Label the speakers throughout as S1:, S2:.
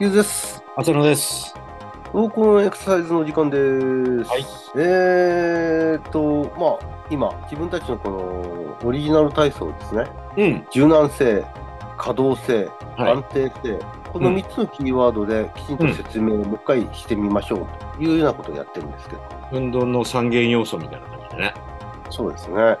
S1: ゆずです。
S2: 浅野です。
S1: オーコンエクササイズの時間です。
S2: はい
S1: えーっと、まあ、今、自分たちのこのオリジナル体操ですね。
S2: うん。
S1: 柔軟性、可動性、
S2: はい。
S1: 安定性、この
S2: うん
S1: 3つのキーワードできちんと説明をもう一回してみましょうというようなことをやってるんですけど、
S2: 運動の三元要素みたいな感じでね。
S1: そうですね。
S2: い
S1: 今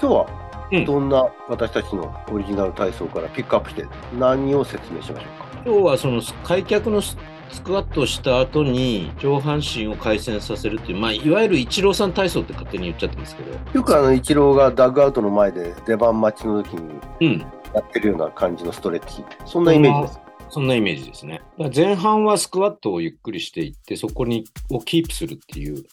S1: 日は
S2: うん
S1: どんな私たちのオリジナル体操からピックアップして何を説明しましょうか。
S2: 今日はその開脚のススクワットをした後に上半身を回旋させるっていう、まあ、いわゆるイチローさん体操って勝手に言っちゃってますけど。
S1: よくあの、イチローがダッグアウトの前で出番待ちの時に
S2: うん。
S1: やってるような感じのストレッチ、そんなイメージです。
S2: そんなイメージですね。だから前半はスクワットをゆっくりしていって、そこにをキープするっていう、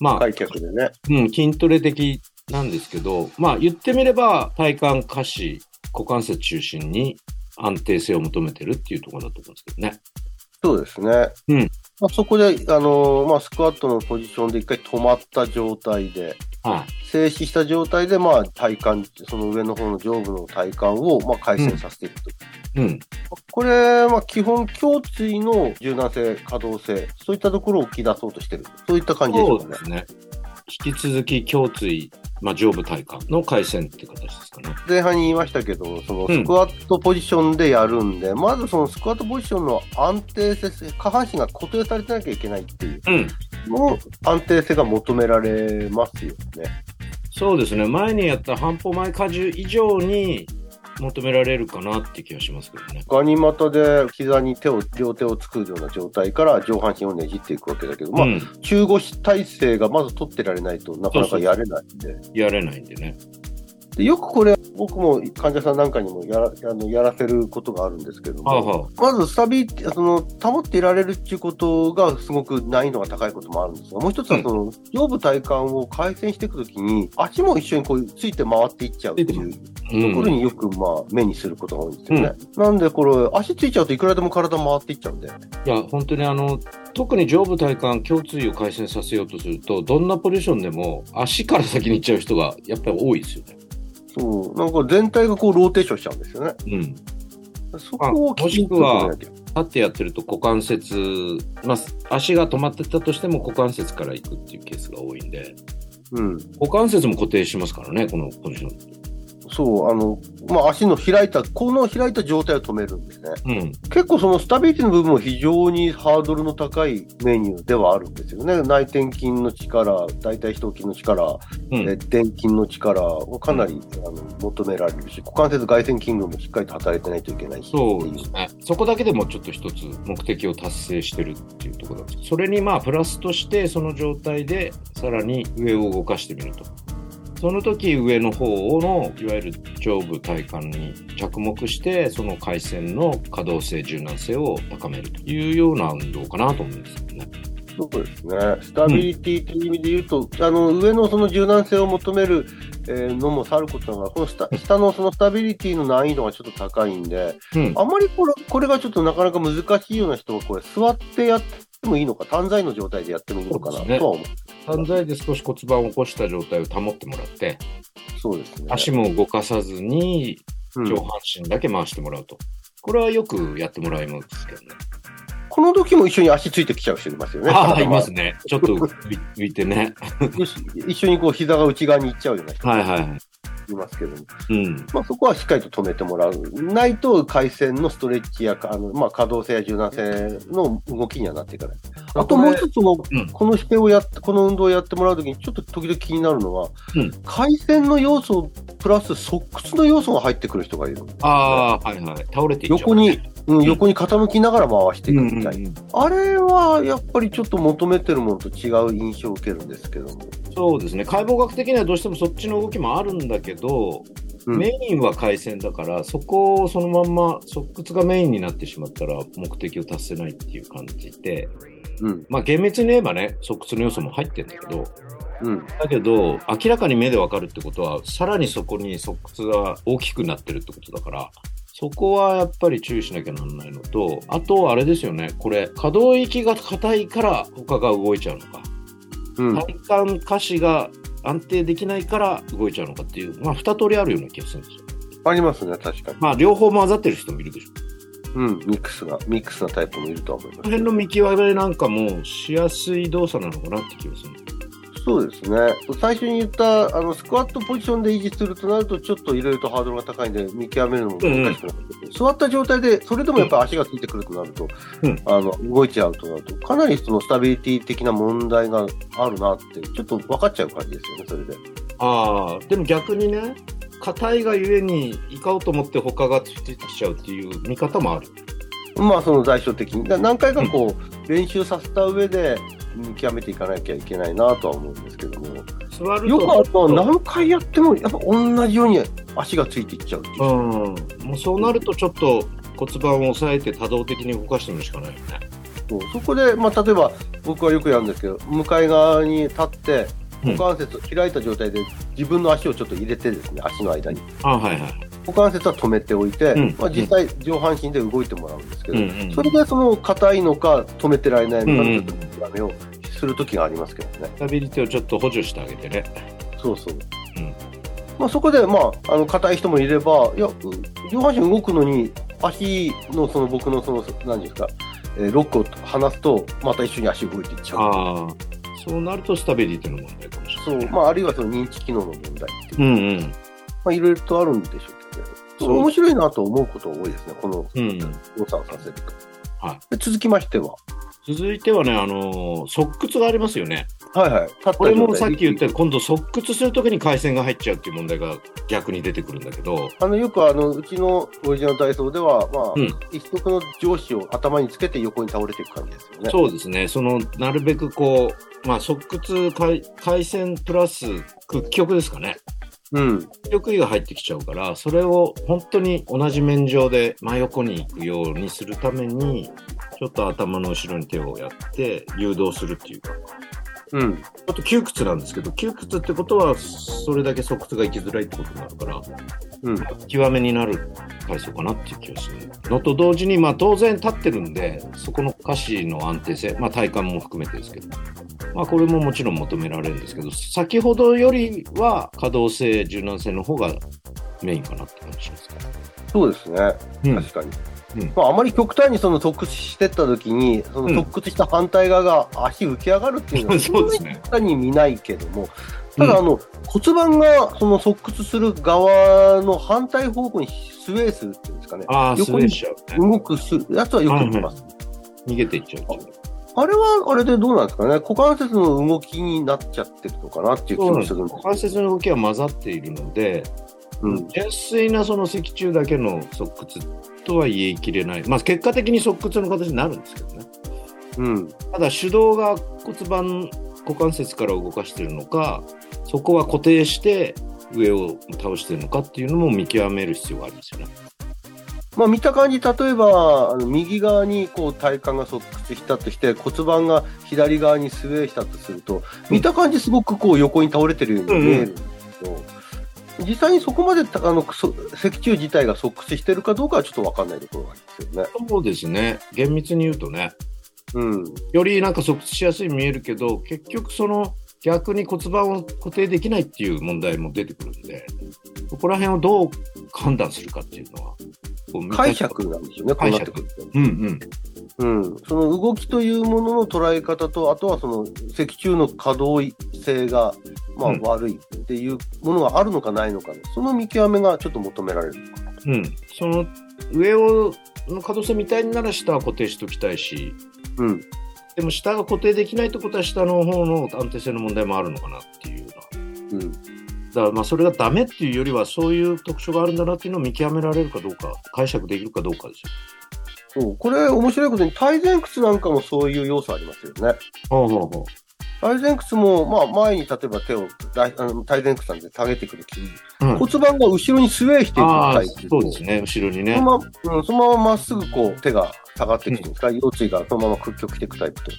S2: まあ、
S1: 開脚でね。
S2: うん、筋トレ的なんですけど、まあ言ってみれば体幹、下肢、股関節中心に安定性を求めてるっていうところだと思うんですけどね。
S1: そうですね。
S2: うん
S1: まあ、そこで、あのーまあ、スクワットのポジションで一回止まった状態で、
S2: はい。
S1: 静止した状態で、まあ、体幹、その上の方の上部の体幹を、まあ、回旋させていくと。
S2: うん。
S1: これ、まあ、基本、胸椎の柔軟性、可動性、そういったところを浮き出そうとしてる。そういった感じでしょ
S2: そうう
S1: かね
S2: で。すね。引き続き胸椎、まあ上部体幹の回旋って形ですかね。
S1: 前半に言いましたけど、その
S2: うん
S1: スクワットポジションでやるんで、まずそのスクワットポジションの安定性、下半身が固定されてなきゃいけないっていう
S2: うん。
S1: のを安定性が求められますよね。
S2: そうですね。前にやった半歩前荷重以上に求められるかなって気がしますけどね。
S1: ガニ股で膝に手を、両手を作るような状態から上半身をねじっていくわけだけど、まあ、
S2: うん。
S1: 中腰体勢がまず取ってられないとなかなかやれないんで。
S2: やれないんでね。
S1: でよくこれ、僕も患者さんなんかにもやらあのやらせることがあるんですけども、
S2: はあはあ。
S1: まずスタビリその保っていられるっていうことがすごく難易度が高いこともあるんですが、もう一つはその、上部体幹を回旋していくときに、足も一緒にこうついて回っていっちゃうっていうと
S2: うん
S1: ころによくまあ目にすることが多いんですよね。なんでこれ、足ついちゃうといくらでも体回っていっちゃうんで、
S2: いや本当にあの特に上部体幹胸椎を改善させようとするとどんなポジションでも足から先に行っちゃう人がやっぱり多いですよね。
S1: そう、なんか全体がこうローテーションしちゃうんですよね。
S2: うん、
S1: そこをきちんと
S2: あも
S1: 止
S2: しくは
S1: めなきゃ
S2: 立ってやってると股関節、まあ、足が止まってたとしても股関節から行くっていうケースが多いんで
S1: うん。
S2: 股関節も固定しますからねこのポジション。
S1: そう、あの、まあ、足の開いた、この開いた状態を止めるんですね。
S2: うん、
S1: 結構そのスタビリティの部分も非常にハードルの高いメニューではあるんですよね。内転筋の力、大腿四頭筋の力、
S2: うん
S1: え転筋の力をかなり、あの求められるし、股関節外旋筋群もしっかりと働いてないといけないし
S2: そう
S1: って
S2: で
S1: い
S2: すね。そこだけでもちょっと一つ目的を達成してるっていうところなんですけどそれにまあプラスとしてその状態でさらに上を動かしてみると。その時上の方のいわゆる上部体幹に着目してその回線の可動性柔軟性を高めるというような運動かなと思うんですよね。
S1: そうですね。スタビリティという意味で言うと、あの、上のその柔軟性を求める、えーのもさることながら、この下下のそのスタビリティの難易度がちょっと高いんで、
S2: うん、
S1: あまりこれこれがちょっとなかなか難しいような人は、これ、座ってやってもいいのか、短在の状態でやってもいいのかな
S2: そ
S1: と
S2: うですね
S1: は思う。
S2: 散財で少し骨盤を起こした状態を保ってもらって
S1: そうですね。
S2: 足も動かさずに
S1: うん
S2: 上半身だけ回してもらうと。これはよくやってもらいますけ どね。
S1: この時も一緒に足ついてきちゃう人いますよね。
S2: ああ、
S1: 体
S2: い
S1: が
S2: ますね。ちょっと浮い浮いてね。
S1: 一緒にこう膝が内側に行っちゃうような人
S2: はいはい
S1: ますけども、
S2: い。うん。
S1: まあ、そこはしっかりと止めてもらう。ないと回線のストレッチやあの、まあ、可動性や柔軟性の動きにはなっていかない。あともう一つの、
S2: うん
S1: この姿勢をやって、この運動をやってもらうときに、ちょっと時々気になるのは、
S2: うん
S1: 回線の要素プラスソックスの要素が入ってくる人がいる。
S2: ああ、はいはい。倒れていっちゃう
S1: 横に、うん、横に傾きながら回して
S2: う
S1: い
S2: ん
S1: く
S2: うん
S1: みたいな。
S2: うん
S1: あれはやっぱりちょっと求めてるものと違う印象を受けるんですけども。
S2: そうですね。解剖学的にはどうしてもそっちの動きもあるんだけど、
S1: うん
S2: メインは回線だから、そこをそのまんま、側屈がメインになってしまったら、目的を達せないっていう感じで、
S1: うん、
S2: まあ厳密に言えばね、側屈の要素も入ってるんだけど、
S1: うん。
S2: だけど、明らかに目でわかるってことは、さらにそこに側屈が大きくなってるってことだから、そこはやっぱり注意しなきゃなんないのと、あと、あれですよね、これ、可動域が硬いから他が動いちゃうのか、
S1: うん。
S2: 体幹下肢が安定できないから動いちゃうのかっていう、まあ、二通りあるような気がするんですよ。
S1: ありますね、確かに。
S2: まあ、両方混ざってる人もいるでしょ
S1: うん、ミックスが、ミックスなタイプもいるとは思いま
S2: この辺の見極めなんかもしやすい動作なのかなって気がする。
S1: す。そうですね。最初に言った、あの、スクワットポジションで維持するとなると、ちょっといろいろとハードルが高いんで、見極めるのも難しくなってくる、座った状態で、それでもやっぱり足がついてくるとなると、
S2: うん
S1: あの、動いちゃうとなると、かなりそのスタビリティ的な問題があるなって、ちょっと分かっちゃう感じですよね、それで。
S2: ああ、でも逆にね、硬いがゆえに、いかうと思って他がついてきちゃうっていう見方もある。
S1: まあ、その代償的に。だ何回かこう、練習させた上で、見極めていかなきゃいけないなとは思うんですけども。
S2: 座ると
S1: よくあるのは
S2: ちょっ
S1: 何回やってもやっぱ同じように足がついていっちゃうっていう
S2: とうん、もうそうなるとちょっと骨盤を押さえて多動的に動かしてみるしかないよね。
S1: そうそこで、まあ、例えば僕はよくやるんですけど向かい側に立って
S2: うん
S1: 股関節を開いた状態で自分の足をちょっと入れてですね足の間に
S2: ああはいはい。
S1: 股関節は止めておいて、
S2: うん
S1: まあ、実際上半身で動いてもらうんですけど、
S2: うんうん
S1: それでその硬いのか止めてられないのか
S2: うんうん
S1: ちょっと見極めをする時がありますけどね。
S2: スタビリティをちょっと補助してあげてね。
S1: そうそう。
S2: うん
S1: まあ、そこで、まあ、あの、硬い人もいれば、いや、うん上半身動くのに、足の、その、僕の、その、何ですか、えーロックを離すと、また一緒に足動いていっちゃう。
S2: ああ、そうなるとスタビリティの問題かもし
S1: そ
S2: れな
S1: う、
S2: い。
S1: まあ、あるいはその認知機能の問題っていう、
S2: う
S1: ま
S2: んうん。
S1: あ、いろいろとあるんでしょうけど、
S2: そう
S1: 面白いなと思うことが多いですね、この
S2: うん、
S1: 動作をさせていく。
S2: はい
S1: で続きましては、
S2: 続いてはね、あのー、側屈がありますよね。
S1: はいはい、立った状
S2: こ
S1: 態
S2: れ
S1: で
S2: もさっき言ったように今度側屈するときに回線が入っちゃうっていう問題が逆に出てくるんだけど、
S1: あのよくあのうちのオリジナル体操では、まあ
S2: うん
S1: 一足の上司を頭につけて横に倒れていく感じですよね。
S2: そうですね、そのなるべくこう、まあ、側屈回、回線プラス屈曲ですかね、
S1: うん、
S2: 屈曲位が入ってきちゃうから、それを本当に同じ面上で真横に行くようにするために、ちょっと頭の後ろに手をやって誘導するっていうか、
S1: うん、
S2: あと窮屈なんですけど、窮屈ってことは、それだけ側屈が行きづらいってことになるから、
S1: うん。
S2: 極めになる体操かなっていう気がするのと同時に、まあ、当然立ってるんでそこの下肢の安定性、まあ、体幹も含めてですけど、まあ、これももちろん求められるんですけど先ほどよりは可動性柔軟性の方がメインかなって感じしますか、
S1: そうですね、
S2: うん
S1: 確かに。
S2: うん
S1: まあ、あまり極端にその突屈してった時に、その
S2: うん
S1: 突屈した反対側が足浮き上がるっていうのは、
S2: そうですね
S1: そんなに極端に見ないけども、ただあの、骨盤がその突屈する側の反対方向にスウェースっていうんですかね、
S2: ああスウ
S1: 横
S2: ェー
S1: に
S2: シャー、ね、
S1: 動くすやつはよく見ます。
S2: 逃げていっちゃうっていう
S1: あれはあれでどうなんですかね、股関節の動きになっちゃってるのかなっていう気
S2: そうなん
S1: も
S2: です
S1: するんです
S2: 股関節の動きは混ざっているので
S1: うん、
S2: 純粋なその脊柱だけの側屈とは言い切れない、まあ、結果的に側屈の形になるんですけどね
S1: うん、
S2: ただ手動が骨盤股関節から動かしてるのかそこは固定して上を倒してるのかっていうのも見極める必要がありますよね。
S1: まあ、見た感じ、例えばあの右側にこう体幹が側屈したとして骨盤が左側にスウェーしたとすると見た感じすごくこう横に倒れてるように見えるんですけど、実際にそこまでたあのそ脊柱自体が側屈してるかどうかはちょっと分かんないところがありますよね。
S2: そうですね厳密に言うとね
S1: うん、
S2: よりなんか側屈しやすいように見えるけど結局その逆に骨盤を固定できないっていう問題も出てくるんでそこら辺をどう判断するかっていうのはこう見た
S1: 解釈なんですよね、こうなってくると。
S2: うんうん
S1: うん、その動きというものの捉え方と、あとはその脊柱の可動性が、まあ
S2: うん
S1: 悪いっていうものがあるのかないのかね、その見極めがちょっと求められる。
S2: うんその上をの可動性みたいになら下は固定しておきたいし
S1: うん
S2: でも下が固定できないってことは下の方の安定性の問題もあるのかなっていうのは
S1: うん
S2: だからまあそれがダメっていうよりはそういう特徴があるんだなっていうのを見極められるかどうか解釈できるかどうかです
S1: そうこれ面白いことに体前屈なんかもそういう要素ありますよね。
S2: よ。ほうほうほ
S1: 体前屈も、まあ、前に例えば手を大あの体前屈なんで下げてくる気、
S2: う。うん、
S1: 骨盤が後ろにスウェーしていく
S2: ああ
S1: 体
S2: そうですね後ろに
S1: そ
S2: ね。
S1: のまま、うん、そのまままっすぐこう手が下がっていくんですか、腰椎がそのまま屈曲していくタイプと、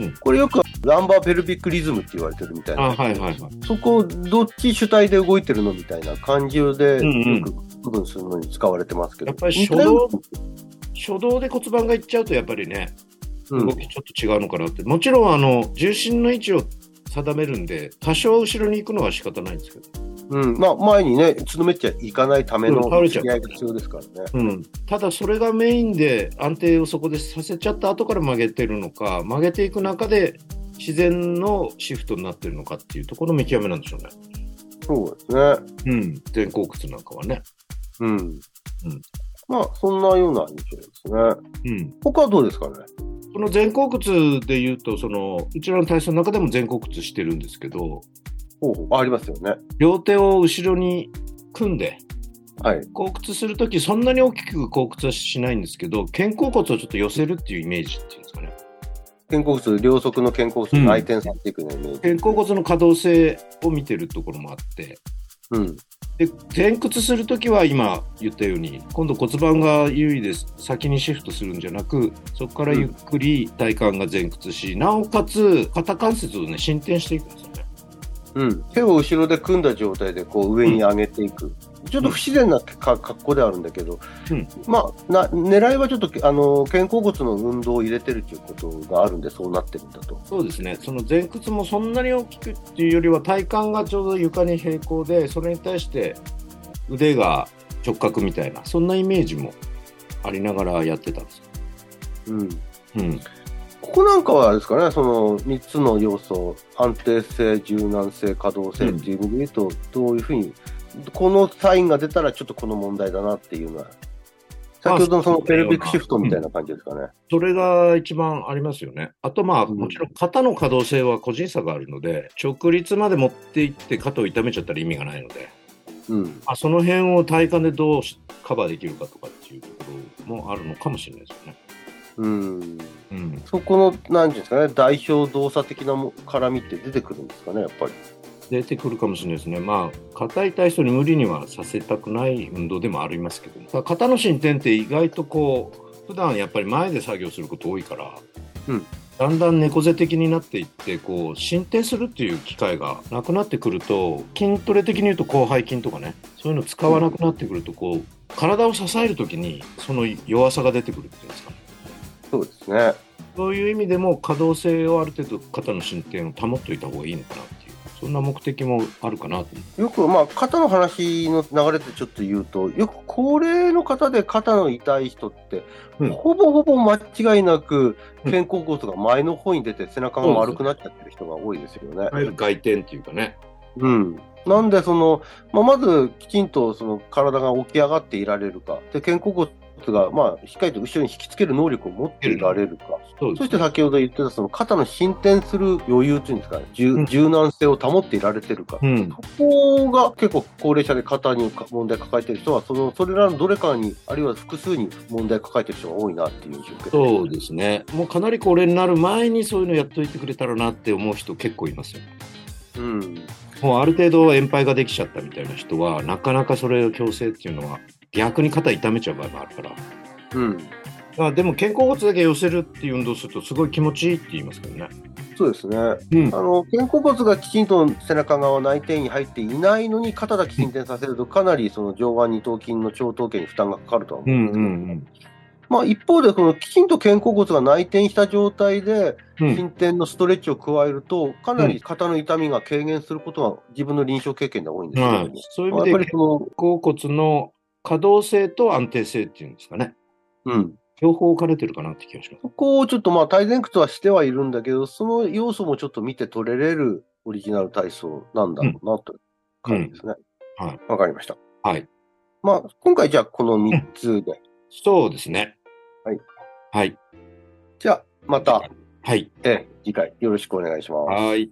S2: うん
S1: これよくランバーペルビックリズムって言われてるみたい
S2: あ
S1: な、
S2: はいはいはい。
S1: そこをどっち主体で動いてるのみたいな感じでよ
S2: うんうん
S1: く区分するのに使われてますけど、
S2: やっぱり初動初動で骨盤がいっちゃうとやっぱりね
S1: うん
S2: 動きちょっと違うのかなって、もちろんあの重心の位置を定めるんで多少後ろに行くのは仕方ないんですけど
S1: うん。まあ、前にね、つのめっちゃいかないための
S2: うん倒れちゃ
S1: 付
S2: う
S1: き合いが必要ですからね。
S2: うん、ただそれがメインで安定をそこでさせちゃった後から曲げてるのか曲げていく中で自然のシフトになってるのかっていうところの見極めなんでしょうね。
S1: そうですね。
S2: うん、前後屈なんかはね。
S1: うん。まあ、そんなような印象ですね。
S2: うん、
S1: 他はどうですかね。
S2: その前後屈で言うとそのうちらの体操の中でも前後屈してるんですけど
S1: ほうほうあありますよね。
S2: 両手を後ろに組んで
S1: はい。
S2: 後屈するときそんなに大きく後屈はしないんですけど肩甲骨をちょっと寄せるっていうイメージっていうんですかね。
S1: 肩甲骨、両側の肩甲骨
S2: うん
S1: を内転させていくようなイメージ。
S2: 肩甲骨の可動性を見てるところもあって
S1: うん。
S2: で前屈するときは今言ったように今度骨盤が優位です先にシフトするんじゃなくそこからゆっくり体幹が前屈し、なおかつ肩関節をね伸展していくんですよね。
S1: うん。手を後ろで組んだ状態で、こう、上に上げていく。ちょっと不自然なか格好ではあるんだけど、
S2: うん
S1: まあな、狙いはちょっと、あの、肩甲骨の運動を入れてるということがあるんで、そうなってるんだと。
S2: そうですねその前屈もそんなに大きくっていうよりは体幹がちょうど床に平行でそれに対して腕が直角みたいなそんなイメージもありながらやってたんですよ。
S1: うん。
S2: うん
S1: ここなんかはあれですかね、その3つの要素、安定性、柔軟性、可動性っていう意味で言うと、どういうふうに、このサインが出たら、ちょっとこの問題だなっていうのは、先ほどのそのペルビックシフトみたいな感じですかね。
S2: それが一番ありますよね。あとまあ、
S1: うん
S2: もちろん肩の可動性は個人差があるので、直立まで持っていって肩を痛めちゃったら意味がないので、
S1: うん。
S2: あその辺を体幹でどうしカバーできるかとかっていうところもあるのかもしれないですよね。
S1: うん。
S2: うん、
S1: そこの、なんていうんですかね、代表動作的なも絡みって出てくるんですかね、やっぱり。
S2: 出てくるかもしれないですね。まあ、硬い体操に無理にはさせたくない運動でもありますけど、ただ肩の進展って意外とこう、普段やっぱり前で作業すること多いから、
S1: うん
S2: だんだん猫背的になっていって、こう、進展するっていう機会がなくなってくると、筋トレ的に言うと広背筋とかね、そういうの使わなくなってくると、こう、体を支えるときに、その弱さが出てくるっていうんですかね。
S1: そうですね。
S2: そういう意味でも可動性をある程度肩の進展を保っておいた方がいいのかなっていう、そんな目的もあるかなと思って
S1: よく、まあ、肩の話の流れでちょっと言うと、よく高齢の方で肩の痛い人って、
S2: うん
S1: ほぼほぼ間違いなく、
S2: うん
S1: 肩甲骨が前の方に出て、背中が丸くなっちゃってる人が多いですよね。
S2: いわゆる外転っていうかね。
S1: うん。なんで、その、まあ、まず、きちんと、その、体が起き上がっていられるか、で、肩甲骨が、まあ、しっかりと後ろに引きつける能力を持っていられるか、
S2: そう
S1: そ
S2: で
S1: し
S2: す
S1: て
S2: ね。
S1: 先ほど言ってた、その、肩の進展する余裕っていうんですかね、柔
S2: うん
S1: 柔軟性を保っていられてるか、
S2: うん、
S1: ここが結構高齢者で肩に問題抱えてる人はそのそれらのどれかにあるいは複数に問題抱えてる人が多いなっていう印象を受けて
S2: そうですね。もうかなり高齢になる前にそういうのやっといてくれたらなって思う人結構いますよ。
S1: うん
S2: もうある程度円杯ができちゃったみたいな人は、なかなかそれを強制っていうのは、逆に肩痛めちゃう場合もあるから。
S1: うん
S2: まあでも肩甲骨だけ寄せるっていう運動するとすごい気持ちいいって言いますけどね。
S1: そうですねあ
S2: うん
S1: の肩甲骨がきちんと背中側内転に入っていないのに肩だけ進展させるとかなりその上腕二頭筋の長頭筋に負担がかかるとは思
S2: う
S1: うん
S2: ん
S1: です
S2: う
S1: けど、
S2: ん
S1: まあ、一方でこのきちんと肩甲骨が内転した状態で
S2: うん。うん
S1: 進展のストレッチを加えるとかなり肩の痛みが軽減することは自分の臨床経験では多いんですけれ
S2: は
S1: ど
S2: い
S1: も、、
S2: そういう意
S1: まあ
S2: 味
S1: やっぱ
S2: で
S1: りその
S2: 肩甲骨の可動性と安定性っていうんですかね
S1: うん、
S2: 両方置かれてるかなって気がします。
S1: そこをちょっとまあ体前屈はしてはいるんだけど、その要素もちょっと見て取れれるオリジナル体操なんだろうなという感じですね。
S2: うんはい。
S1: わかりました。
S2: はい。
S1: まあ、今回じゃあこの3つで。
S2: そうですね。
S1: はい。
S2: はい。
S1: じゃあ、また、
S2: はい。
S1: ええ次回よろしくお願いします。
S2: はい。